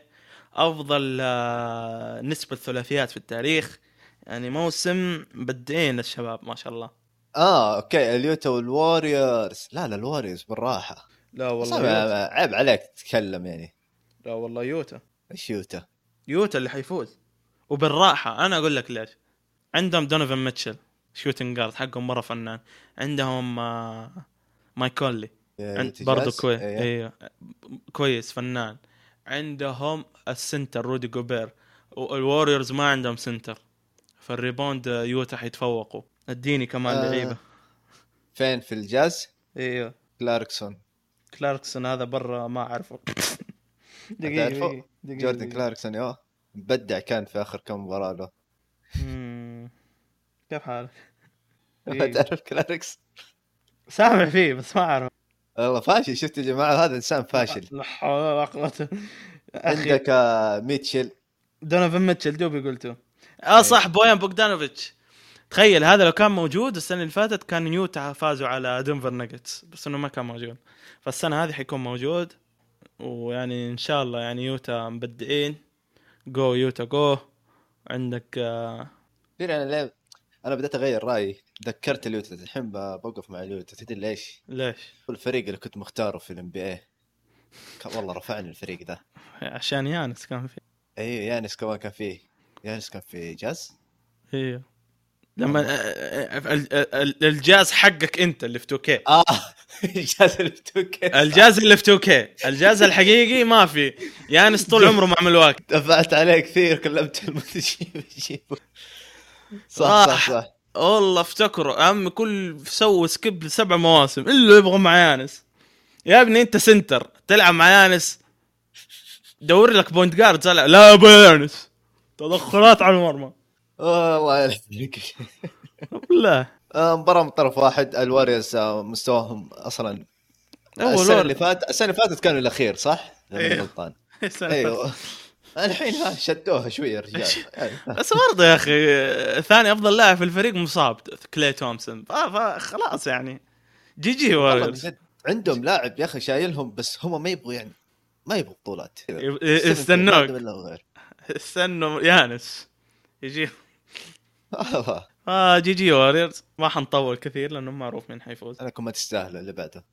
S1: افضل آه نسبه ثلاثيات في التاريخ يعني موسم بدين الشباب ما شاء الله
S2: اه اوكي اليوتا والواريورز لا لا الواريورز بالراحه
S1: لا
S2: صعب، عيب عليك تتكلم يعني
S1: لا والله يوتا
S2: ايش يوتا
S1: يوتا اللي حيفوز وبالراحه انا اقول لك ليش عندهم دونيفن ميتشل شوتنج جارد حقهم مره فنان عندهم آه، مايكولي عند برضه كويس
S2: إيه.
S1: ايوه كويس فنان عندهم السنتر رودي جوبير والوريورز ما عندهم سنتر فالريبوند آه، يوتا حيتفوقوا اديني كمان
S2: آه.
S1: لعيبه
S2: فين في الجاز
S1: ايوه
S2: كلاركسون
S1: كلاركسون هذا برا ما اعرفه دقيقه
S2: تعرفه؟
S1: دقيقه
S2: جوردن
S1: دقيقة.
S2: كلاركسون يوه مبدع كان في اخر كم مباراه له
S1: مم. كيف حالك؟ إيه.
S2: ما تعرف كلاركس
S1: سامع فيه بس ما اعرف
S2: والله فاشل شفت يا جماعه هذا انسان فاشل
S1: لا حول ولا قوة اخي
S2: عندك آه، ميتشل
S1: دونوفن ميتشل دوبي قلته اه صح بويان بوغدانوفيتش تخيل هذا لو كان موجود السنه اللي فاتت كان يوتا فازوا على دنفر ناجتس بس انه ما كان موجود فالسنه هذه حيكون موجود ويعني ان شاء الله يعني يوتا مبدئين جو يوتا جو عندك آه،
S2: تدري انا ليه انا بدأت اغير رايي تذكرت اليوتا الحين بوقف مع اليوتا تدري ليش؟
S1: ليش؟
S2: هو الفريق اللي كنت مختاره في الام بي اي والله رفعني الفريق أيوة، ذا
S1: عشان يانس كان فيه
S2: اي يانس كمان كان فيه يانس كان في جاز
S1: ايوه لما آه، آه، ال- ال- الجهاز حقك انت اللي في 2K
S2: اه جاز الفتوكة
S1: الجهاز اللي في 2K الجهاز الحقيقي ما في يانس طول عمره مع ملواكي
S2: دفعت عليه كثير كلمت المنتجين يجيبوا صح
S1: آه.
S2: صح صح
S1: والله افتكره عمي كل سووا سكيب لسبع مواسم الا يبغى مع يانس يا ابني انت سنتر تلعب مع يانس دور لك بوينت جارد زلع. لا يا أبو يانس تدخلات على المرمى
S2: والله يلعنك
S1: لا
S2: آه، مباراة من طرف واحد الواريز آه، مستواهم اصلا
S1: اول
S2: السنة
S1: ورد.
S2: اللي فات السنة اللي فاتت كانوا الاخير صح؟ إذا ماني
S1: إيه.
S2: غلطان
S1: السنة اللي فاتت.
S2: ايوه الحين ها شدوها شوية الرجال يعني،
S1: بس برضه يا اخي ثاني افضل لاعب في الفريق مصاب كلي تومسون ف- فخلاص يعني جي جي
S2: والله من
S1: واريورز
S2: جد عندهم لاعب يا اخي شايلهم بس هم ما يبغوا يعني ما يبغوا بطولات
S1: يب-
S2: استنوك
S1: يستنوك
S2: بالله وغير
S1: استنوا يانس يجي
S2: والله
S1: اه جي جي واريورز ما حنطول كثير لانه معروف مين حيفوز
S2: انكم ما تستاهلوا اللي بعده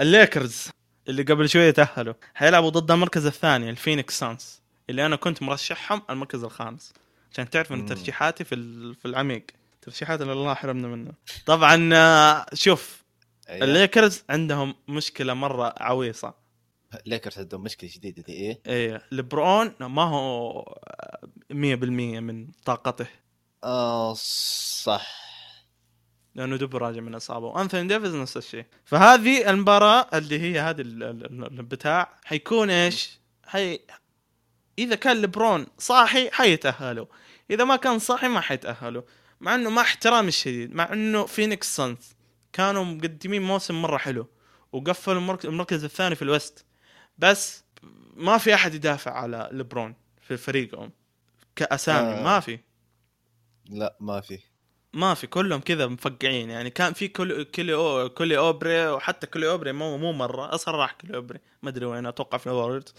S1: الليكرز اللي قبل شويه تاهلوا حيلعبوا ضد المركز الثاني الفينيكس سانس اللي انا كنت مرشحهم المركز الخامس عشان تعرف ان
S2: مم.
S1: ترشيحاتي في ال- في العميق ترشيحات اللي الله حرمنا منها طبعا آه، شوف
S2: أيوة.
S1: الليكرز عندهم مشكله مره عويصه
S2: ليكرز عندهم مشكله جديده ذي ايه
S1: ايه لبرون ما هو آه، 100% من طاقته
S2: آه صح
S1: لانه دوب راجع من اصابه وانثوني ديفيز نفس الشيء فهذه المباراه اللي هي هذه ال- ال- ال- البتاع حيكون ايش؟ حي اذا كان لبرون صاحي حيتاهلوا اذا ما كان صاحي ما حيتاهلوا مع انه مع احترامي الشديد مع انه فينيكس سانز كانوا مقدمين موسم مره حلو وقفلوا المرك- المركز الثاني في الوست بس ما في احد يدافع على لبرون في فريقهم كاسامي
S2: آه.
S1: ما في
S2: لا ما في
S1: ما في كلهم كذا مفقعين يعني كان في كل كل أو كل اوبري وحتى كل اوبري مو مو مره اصلا راح كل اوبري ما ادري وين اتوقع في الوردز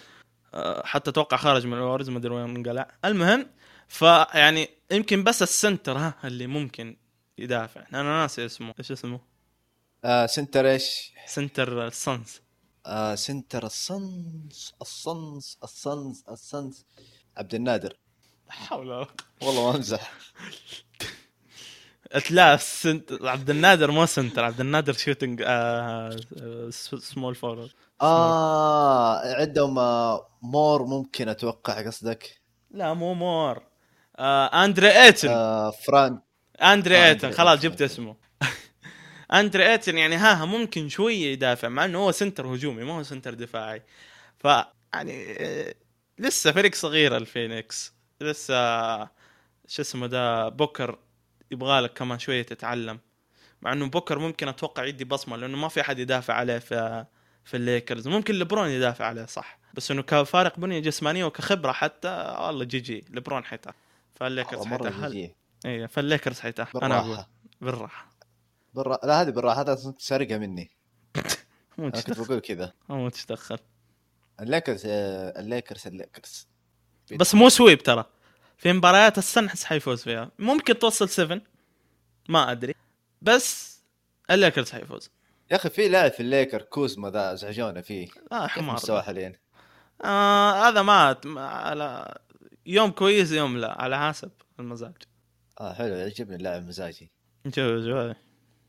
S1: حتى اتوقع خارج من الوردز ما ادري وين انقلع المهم فيعني يمكن بس السنتر ها اللي ممكن يدافع انا ناسي اسمه ايش اسمه
S2: آه سنتر ايش؟
S1: سنتر السانز
S2: آه سنتر الصنص الصنص الصنص الصنص عبد النادر
S1: لا حول ولا قوة.
S2: والله ما امزح
S1: لا سنتر عبد النادر مو سنتر عبد النادر شوتنج آه سمول فورورد
S2: اه عندهم آه مور ممكن اتوقع قصدك
S1: لا مو مور آه اندري ايتن
S2: آه فران
S1: اندري
S2: آه،
S1: ايتن
S2: أندري
S1: خلاص
S2: أيتن،
S1: جبت
S2: أوكي.
S1: اسمه اندري ايتن يعني ها ها ممكن شويه يدافع مع انه هو سنتر هجومي ما هو سنتر دفاعي ف يعني آه، لسه فريق صغير الفينيكس لسه شو اسمه ده بوكر يبغى لك كمان شويه تتعلم مع انه بوكر ممكن اتوقع يدي بصمه لانه ما في احد يدافع عليه في في الليكرز ممكن لبرون يدافع عليه صح بس انه كفارق بنيه جسمانيه وكخبره حتى آه، والله جي جي لبرون حيتاهل فالليكرز
S2: والله مره
S1: حيتاهل
S2: جي
S1: ايه فالليكرز حيتاهل انا اقول
S2: بالراحه
S1: بالراحه
S2: بالرا... لا هذه بالراحه هذا سرقه مني
S1: مو
S2: انا كنت
S1: تدخل
S2: بقول كذا
S1: مو تدخل
S2: الليكرز آه الليكرز الليكرز
S1: بس مو سويب ترى في مباريات السنة حس حيفوز فيها ممكن توصل 7 ما ادري بس الليكرز حيفوز
S2: يا اخي في لاعب في الليكر كوزما ذا ازعجونا فيه
S1: اه
S2: كيف
S1: حمار
S2: مستواه حاليا
S1: آه هذا ما ما- على يوم كويس يوم لا على حسب المزاج
S2: اه حلو يعجبني اللاعب مزاجي
S1: نشوف شوي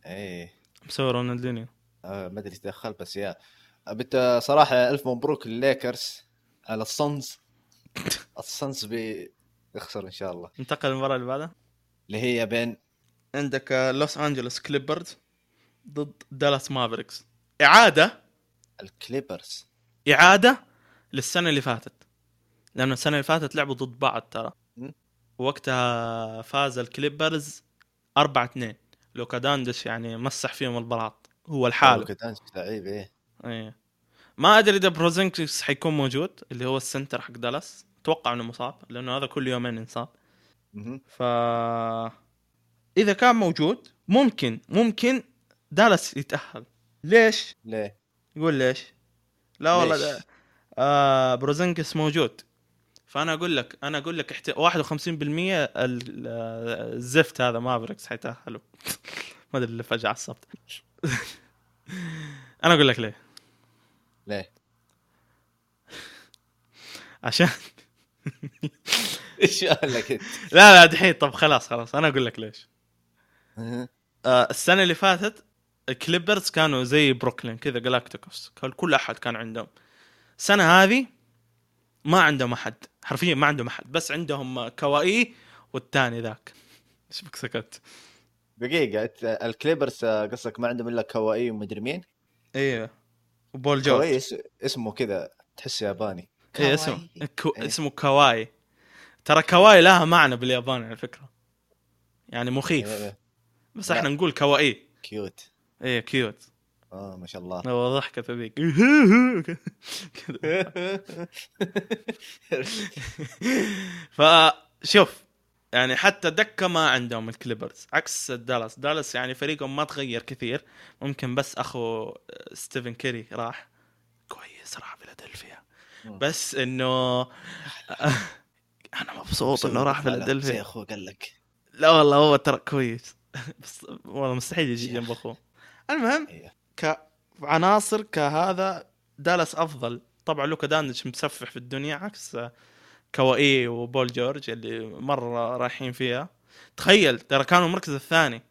S2: ايه
S1: مسوي الدنيا
S2: آه ما ادري إيش دخل بس يا بت صراحه الف مبروك لليكرز على الصنز الصنز بي يخسر ان شاء الله
S1: ننتقل للمباراة اللي بعدها
S2: اللي هي بين
S1: عندك آه، لوس انجلوس كليبرز ضد دالاس مافريكس اعادة
S2: الكليبرز
S1: اعاده للسنه اللي فاتت لانه السنه اللي فاتت لعبوا ضد بعض ترى
S2: مم.
S1: وقتها فاز الكليبرز 4 2 لوكا داندش يعني مسح فيهم البلاط هو لحاله
S2: لوكا دانتش لعيب ايه
S1: ايه ما ادري اذا بروزينكس حيكون موجود اللي هو السنتر حق دالاس اتوقع انه مصاب لانه هذا كل يومين ينصاب
S2: مهم.
S1: ف اذا كان موجود ممكن ممكن دالاس يتاهل ليش؟
S2: ليه؟
S1: يقول ليش؟ لا والله
S2: ليش؟
S1: ده- آه بروزنكس موجود فانا اقول لك انا اقول لك احت... 51% ال- آه، الزفت هذا مافريكس حيتاهلوا ما ادري اللي فجاه عصبت انا اقول لك ليه
S2: ليه؟
S1: عشان
S2: ايش قال لك انت؟
S1: لا لا دحين طب خلاص خلاص انا اقول لك ليش آه، السنه اللي فاتت الكليبرز كانوا زي بروكلين كذا جلاكتيكوس كان كل احد كان عندهم السنه هذه ما عندهم احد حرفيا ما عندهم احد بس عندهم آه، كوائي والثاني ذاك ايش بك سكت
S2: دقيقه أنت- الكليبرز آه، قصدك ما عندهم الا كواي ومدري مين إيه.
S1: ايوه وبول جورج
S2: كواي اس- اسمه كذا تحسه ياباني
S1: ايه اسمه
S2: كواي.
S1: كو...
S2: إيه.
S1: اسمه كواي ترى كواي لها معنى باليابان على فكره يعني مخيف
S2: إيه،
S1: بس
S2: لا. إيه،
S1: احنا نقول كواي
S2: كيوت
S1: ايه كيوت
S2: اه ما شاء الله
S1: هو ضحكته ذيك كذا. فشوف يعني حتى دكه ما عندهم الكليبرز عكس دالاس دالاس يعني فريقهم ما تغير كثير ممكن بس اخو ستيفن كيري راح كويس راح فيلادلفيا
S2: مم.
S1: بس انه انا مبسوط انه راح
S2: زي
S1: فيلادلفيا
S2: اخوه قال لك
S1: لا والله هو ترى كويس بس والله مستحيل يجي جنب اخوه المهم
S2: إيه.
S1: كعناصر كهذا دالاس افضل طبعا لوكا دانتش مسفح في الدنيا عكس كوائي وبول جورج اللي مره رايحين فيها تخيل ترى كانوا المركز الثاني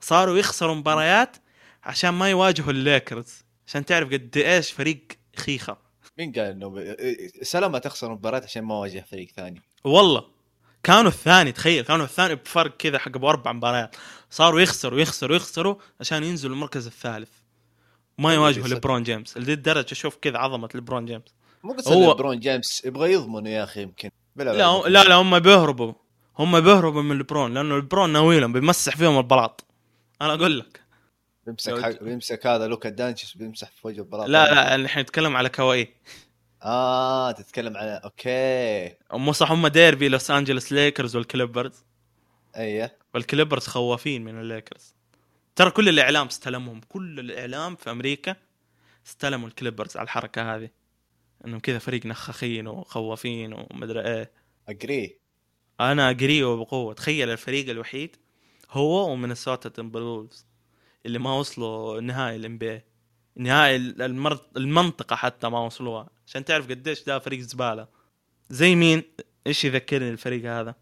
S1: صاروا يخسروا مباريات عشان ما يواجهوا الليكرز عشان تعرف قد ايش فريق خيخه
S2: مين قال انه ب- إيه، سلامة تخسر مباراة عشان ما واجه فريق ثاني
S1: والله كانوا الثاني تخيل كانوا الثاني بفرق كذا حق ابو اربع مباريات صاروا يخسروا يخسروا يخسروا عشان ينزلوا المركز الثالث ما يواجهوا
S2: صدق.
S1: لبرون جيمس لذي الدرجه شوف كذا عظمه لبرون جيمس
S2: مو قصة
S1: هو-
S2: هو... برون جيمس يبغى يضمنه يا اخي يمكن بلا
S1: لا هم- لا لا هم بيهربوا هم بيهربوا من لبرون لانه لبرون ناوي لهم بيمسح فيهم البلاط انا اقول لك
S2: بيمسك
S1: لو-
S2: حق... بيمسك هذا لوكا دانشس بيمسح في وجه البلاط
S1: لا لا الحين نتكلم على كوائي
S2: اه تتكلم على اوكي
S1: مو صح هم ديربي لوس انجلوس ليكرز والكليبرز
S2: ايه
S1: والكليبرز خوافين من الليكرز ترى كل الاعلام استلمهم كل الاعلام في امريكا استلموا الكليبرز على الحركه هذه انهم كذا فريق نخاخين وخوافين ومدري ايه
S2: اجري
S1: انا اجريه بقوه تخيل الفريق الوحيد هو ومينيسوتا تمبلولز اللي ما وصلوا نهائي الام بي نهائي ال- المر- المنطقه حتى ما وصلوها عشان تعرف قديش ده فريق زباله زي مين ايش يذكرني الفريق هذا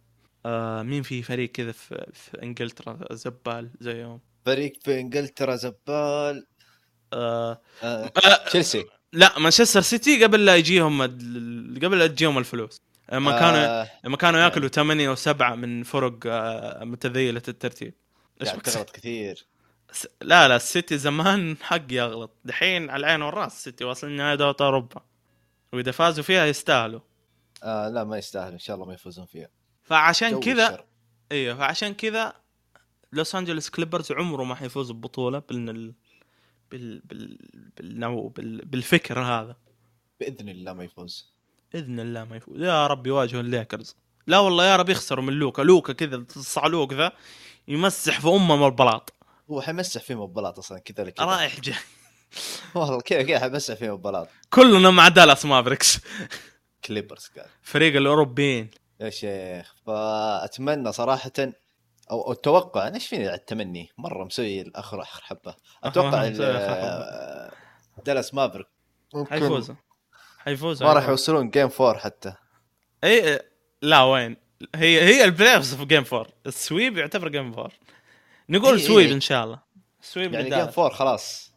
S1: آه مين في فريق كذا في, في انجلترا زبال زيهم
S2: فريق في انجلترا زبال
S1: آه
S2: آه.
S1: آه
S2: تشيلسي
S1: لا مانشستر سيتي قبل لا يجيهم ال- قبل لا تجيهم الفلوس لما كانوا
S2: آه...
S1: لما كانوا ياكلوا ثمانية وسبعة من فرق آه، متذيلة الترتيب ايش
S2: قاعد
S1: بك-
S2: تغلط كثير
S1: س- لا لا السيتي زمان حق يغلط دحين على العين والراس السيتي واصلين نهائي دوري اوروبا واذا فازوا فيها يستاهلوا
S2: آه لا ما يستاهل ان شاء الله ما يفوزون فيها
S1: فعشان
S2: جو
S1: كذا
S2: الشر.
S1: ايوه فعشان كذا لوس انجلوس كليبرز عمره ما حيفوز ببطوله بال بال بال بالنوع- بال بالفكر هذا
S2: باذن الله ما يفوز
S1: باذن الله ما يفوز يا رب يواجهوا الليكرز لا والله يا رب يخسروا من لوكا لوكا كذا الصعلوك ذا يمسح في امه البلاط
S2: هو حيمسح فيهم البلاط اصلا كذا ولا كذا
S1: رايح جاي
S2: والله كذا كذا حيمسح فيهم البلاط
S1: كلنا مع دالاس مافريكس
S2: كليبرز قال
S1: فريق الاوروبيين
S2: يا شيخ فاتمنى صراحه او أو اتوقع انا ايش فيني على التمني مره مسوي الاخر اخر حبه اتوقع
S1: مسوي آخر
S2: دالاس مافريك
S1: حيفوزوا حيفوزوا
S2: ما راح يوصلون جيم فور حتى
S1: اي إيه، لا وين هي هي البلاي اوف في جيم 4 السويب يعتبر جيم 4
S2: إي-
S1: نقول
S2: إي-
S1: سويب
S2: إي.
S1: ان شاء الله سويب
S2: إيه، يعني جيم فور خلاص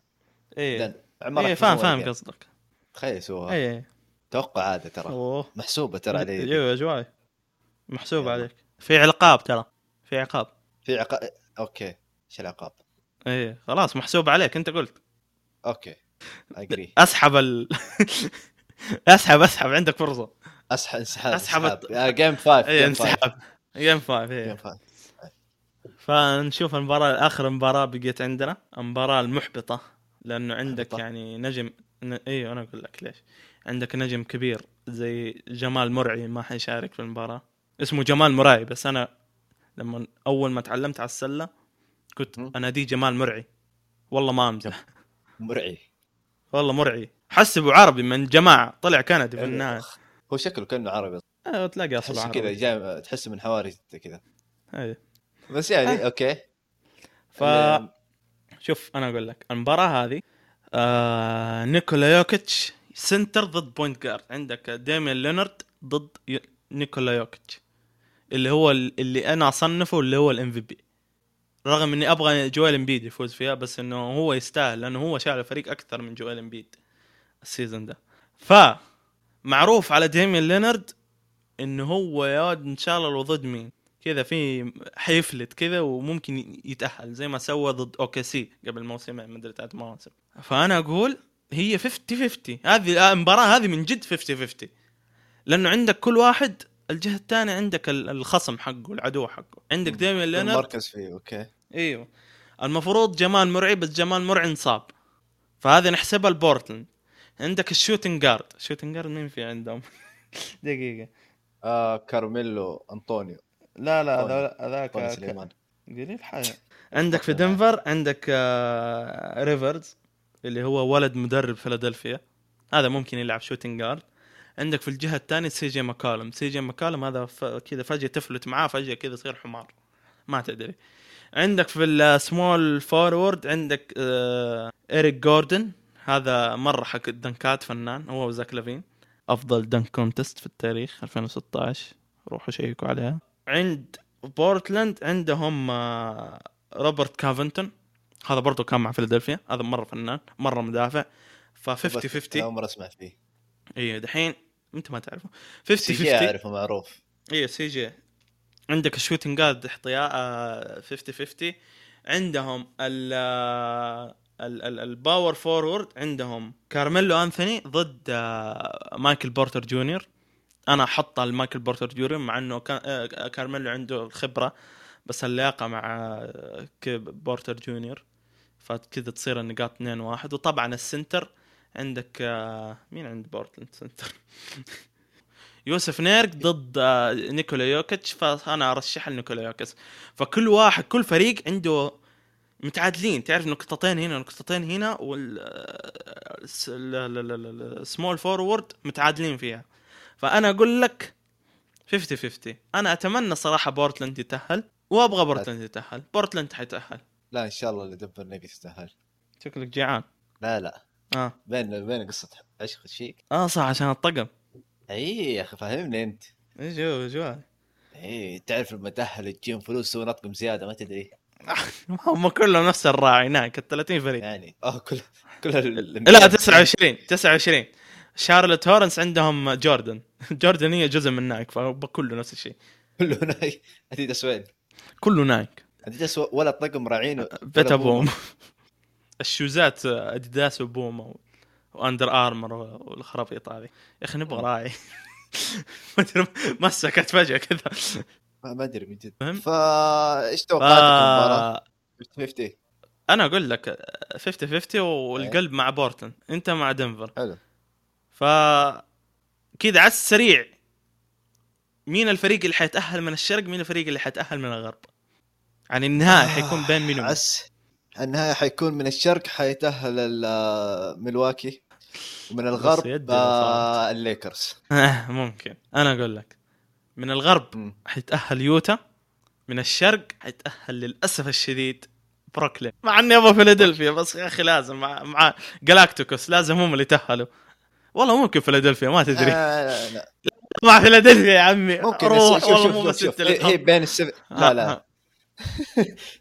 S1: اي
S2: دن. ما راح
S1: اي إيه، فاهم
S2: يفوزون ولا
S1: فاهم
S2: جيم.
S1: قصدك إيه.
S2: تخيل يسووها
S1: اي إي.
S2: توقع هذا ترى
S1: اوه
S2: محسوبه ترى علي
S1: ايوه اجواي محسوب
S2: يلا.
S1: عليك في عقاب ترى في عقاب
S2: في عقاب اوكي ايش العقاب
S1: ايه خلاص محسوب عليك انت قلت
S2: اوكي اجري
S1: اسحب ال اسحب اسحب عندك فرصه
S2: اسحب انسحاب
S1: أسحب
S2: انسحاب
S1: الط-
S2: جيم فايف
S1: ايه انسحب جيم فايف ايه
S2: جيم فايف
S1: فنشوف المباراة آخر مباراة بقيت عندنا المباراة المحبطة لأنه عندك
S2: محبطة.
S1: يعني نجم ن... أيوه أنا أقول لك ليش عندك نجم كبير زي جمال مرعي ما حيشارك في المباراة اسمه جمال مرعي بس أنا لما أول ما تعلمت على السلة كنت
S2: مم.
S1: أناديه جمال مرعي والله ما أمزح
S2: مرعي
S1: والله مرعي حسبوا عربي من جماعة طلع كندي في النهاية
S2: هو شكله كانه عربي
S1: أيوة، تلاقي أصله
S2: إيه. تحس كذا
S1: عربي
S2: جاي تحس من حواري كذا
S1: أيوة.
S2: بس
S1: إيه.
S2: يعني اوكي
S1: ف شوف انا اقول لك المباراه هذه آه نيكولا يوكيتش سنتر ضد بوينت جارد عندك ديميان لينارد ضد ي- نيكولا يوكيتش اللي هو ال- اللي انا اصنفه اللي هو الام في بي رغم اني ابغى جويل امبيد يفوز فيها بس انه هو يستاهل لانه هو شاعل الفريق اكثر من جويل امبيد السيزون ده ف معروف على ديمين لينارد انه هو يا ولد ان شاء الله لو ضد مين كذا في حيفلت كذا وممكن يتاهل زي ما سوى ضد اوكي سي قبل موسمين ما ادري ثلاث مواسم فانا اقول هي 50 50 هذه المباراه هذه من جد 50 50 لانه عندك كل واحد الجهه الثانيه عندك ال- الخصم حقه العدو حقه عندك
S2: مم.
S1: ديمين لينارد
S2: المركز فيه اوكي
S1: ايوه المفروض جمال مرعي بس جمال مرعي انصاب فهذه نحسبها لبورتلاند عندك الشوتنج جارد الشوتنج جارد مين في عندهم دقيقه
S2: آه كارميلو انطونيو
S1: لا لا
S2: طيب.
S1: هذا-
S2: انطونيو
S1: هذاك
S2: سليمان
S1: قليل حاجه عندك في
S2: معاه.
S1: دنفر عندك آه، ريفرز اللي هو ولد مدرب فيلادلفيا هذا ممكن يلعب شوتنج جارد عندك في الجهه الثانيه سي جي ماكالم سي جي ماكالم هذا ف... كذا فجاه تفلت معاه فجاه كذا يصير حمار ما تدري عندك في السمول فورورد عندك آه، اريك جوردن هذا مره حق الدنكات فنان هو وزاك لافين افضل دنك كونتست في التاريخ 2016 روحوا شيكوا عليها عند بورتلاند عندهم آه، روبرت كافنتون هذا برضه كان مع فيلادلفيا هذا مره فنان مره مدافع ف 50 50
S2: اول مره اسمع فيه
S1: ايوه دحين انت ما تعرفه
S2: سي
S1: 50
S2: جي
S1: 50
S2: اعرفه معروف
S1: ايوه سي جي عندك الشوتنج جارد احتياط 50 50 آه، عندهم ال آه، ال- ال- الباور فورورد عندهم كارميلو انثوني ضد آه، مايكل بورتر جونيور انا احط مايكل بورتر جونيور مع انه كان- آه، كارميلو عنده الخبره بس اللياقه مع آه، ك- بورتر جونيور فكذا تصير النقاط 2 1 وطبعا السنتر عندك آه، مين عند بورتلاند سنتر يوسف نيرك ضد آه، نيكولا يوكيتش فانا ارشح لنيكولا يوكيتش فكل واحد كل فريق عنده متعادلين تعرف نقطتين هنا نقطتين هنا والسمول فورورد متعادلين فيها فانا اقول لك 50 50 انا اتمنى صراحه بورتلاند يتاهل وابغى بورتلاند يتاهل بورتلاند حيتاهل
S2: لا ان شاء الله اللي دبر نبي تستاهل
S1: شكلك جيعان
S2: لا لا
S1: اه
S2: بين بين قصه عشق شيك
S1: اه صح عشان الطقم
S2: اي إيه يا اخي فهمني انت
S1: ايش هو ايش هو؟
S2: اي تعرف لما تاهل تجيهم فلوس تسوي نطقم زياده ما
S1: إيه.
S2: تدري
S1: هم كلهم نفس الراعي هناك ال 30 فريق
S2: يعني اه كل كل ال-
S1: لا 29 29 شارلوت هورنس عندهم جوردن جوردن هي جزء من نايك فكله نفس الشيء
S2: كله ناي اديداس وين؟
S1: كله نايك
S2: اديداس ولا طقم راعين
S1: بيتا بوم الشوزات اديداس وبوما و- واندر ارمر و- والخرابيط هذه يا اخي نبغى راعي ما ادري ما سكت فجاه كذا
S2: ما ما ادري من جد
S1: مهم.
S2: فا ايش توقعاتك المباراه؟
S1: آه،
S2: 50
S1: انا اقول لك 50 50 والقلب مع بورتن انت مع دنفر
S2: حلو
S1: ف كذا على السريع مين الفريق اللي حيتاهل من الشرق مين الفريق اللي حيتاهل من الغرب يعني النهائي حيكون بين مين ومين
S2: آه، عس النهايه حيكون من الشرق حيتاهل ال- ملواكي ومن
S1: بس
S2: الغرب
S1: يدي
S2: آه، الليكرز
S1: آه، ممكن انا اقول لك من الغرب
S2: مم.
S1: حيتاهل يوتا من الشرق حيتاهل للاسف الشديد بروكلين مع اني ابغى فيلادلفيا بس يا اخي لازم مع مع جلاكتيكوس لازم هم اللي تاهلوا والله ممكن فيلادلفيا ما تدري
S2: آه، لا، لا،
S1: مع فيلادلفيا يا عمي
S2: ممكن
S1: روح
S2: شوف- شوف-
S1: والله
S2: شوف-
S1: مو
S2: شوف-
S1: بس
S2: شوف.
S1: انت اللي
S2: هي هي
S1: تحط.
S2: بين السب... لا
S1: آه،
S2: لا
S1: آه.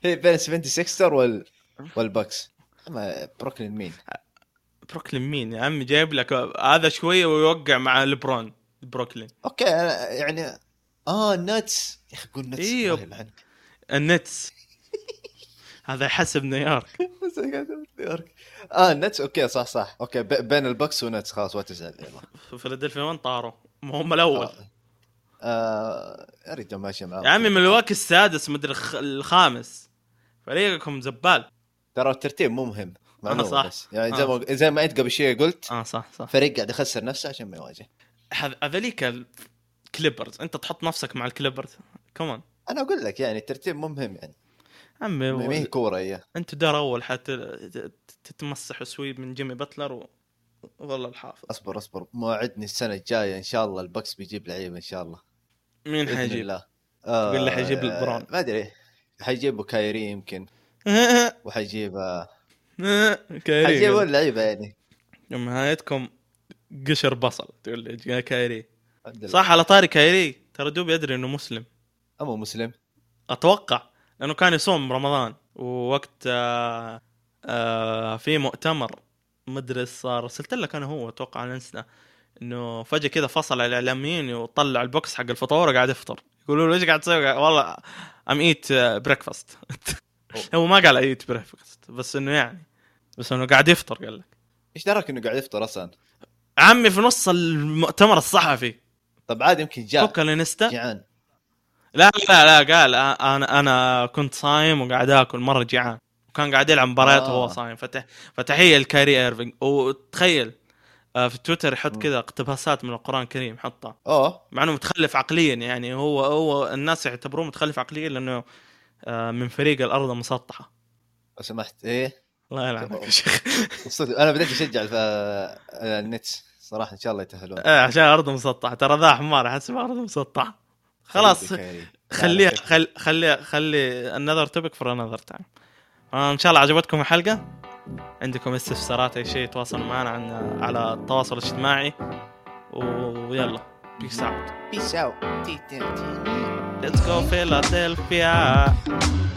S2: هي بين 76 وال والبكس اما بروكلين مين؟
S1: بروكلين مين يا عمي جايب لك هذا شويه ويوقع مع لبرون بروكلين
S2: اوكي أنا يعني اه نتس يا اخي قول نتس
S1: إيوه.
S2: الله يلعنك.
S1: النتس هذا يحسب نيويورك
S2: بس قاعد أقول نيويورك. اه نتس اوكي صح صح اوكي ب- بين البكس ونتس خلاص ما تزعل يلا
S1: فيلادلفيا وين طاروا؟ ما هم الاول
S2: آه. آه يا رجال ماشي معاهم
S1: يا عمي ملواكي السادس مدري الخ- الخامس فريقكم زبال
S2: ترى الترتيب مو مهم معلومة
S1: صح.
S2: بس يعني زي
S1: آه.
S2: ما زي ما انت قبل شوي قلت
S1: اه صح صح
S2: فريق قاعد يخسر نفسه عشان ما يواجه
S1: هذ- هذوليك الكليبرز انت تحط نفسك مع الكليبرز كمان
S2: انا اقول لك يعني الترتيب مو مهم يعني
S1: عمي
S2: ما ما هي
S1: و-
S2: كوره هي
S1: انتوا دار اول حتى ت- تتمسحوا سويب من جيمي باتلر و... والله الحافظ
S2: اصبر اصبر موعدني السنه الجايه ان شاء الله البكس بيجيب لعيبه ان شاء الله
S1: مين
S2: بإذن
S1: حيجيب؟
S2: الله. آه
S1: تقول لي حيجيب لبرون.
S2: ما ادري حيجيبوا كايري يمكن وحيجيب
S1: كايري
S2: حيجيبوا اللعيبه يعني
S1: يوم نهايتكم قشر بصل تقول لي يا كايري
S2: الحمد لله.
S1: صح على طاري كايري ترى دوبي ادري انه مسلم
S2: اما مسلم
S1: اتوقع لانه كان يصوم رمضان ووقت آه آه في مؤتمر مدرس صار ارسلت لك انا هو اتوقع على الانستا انه فجاه كذا فصل الاعلاميين وطلع البوكس حق الفطور وقاعد يفطر يقولوا له ايش قاعد تسوي؟ قاعد- والله ام ايت بريكفاست هو ما قال ايت بريكفاست بس انه يعني بس انه قاعد يفطر قال لك
S2: ايش دراك انه قاعد يفطر اصلا؟
S1: عمي في نص المؤتمر الصحفي
S2: طب عادي يمكن جاء
S1: فك الانستا
S2: جيعان
S1: لا لا لا قال أ- انا انا كنت صايم وقاعد اكل مره جيعان وكان قاعد يلعب مباريات
S2: آه.
S1: وهو صايم فتح فتحيه لكاري ايرفينج وتخيل آه، في تويتر يحط
S2: مم.
S1: كذا اقتباسات من القران الكريم حطها
S2: اوه
S1: مع انه متخلف عقليا يعني هو هو الناس يعتبروه متخلف عقليا لانه آه، من فريق الارض مسطحه
S2: لو سمحت ايه
S1: الله يلعنك يا شيخ
S2: صدق انا بديت اشجع الف- آه، النتس صراحه ان شاء الله يتاهلون
S1: آه، عشان الارض مسطحه ترى ذا حمار احسب ارض مسطحه خلاص
S2: حبيبي كاري. لا،
S1: خليها
S2: لا،
S1: خل خلي خلي انذر توبك فور انذر تايم ان آه، شاء الله عجبتكم الحلقه عندكم استفسارات اي شيء تواصلوا معنا عن على التواصل الاجتماعي ويلا بيس اوت
S2: Peace out.
S1: ليتس جو فيلادلفيا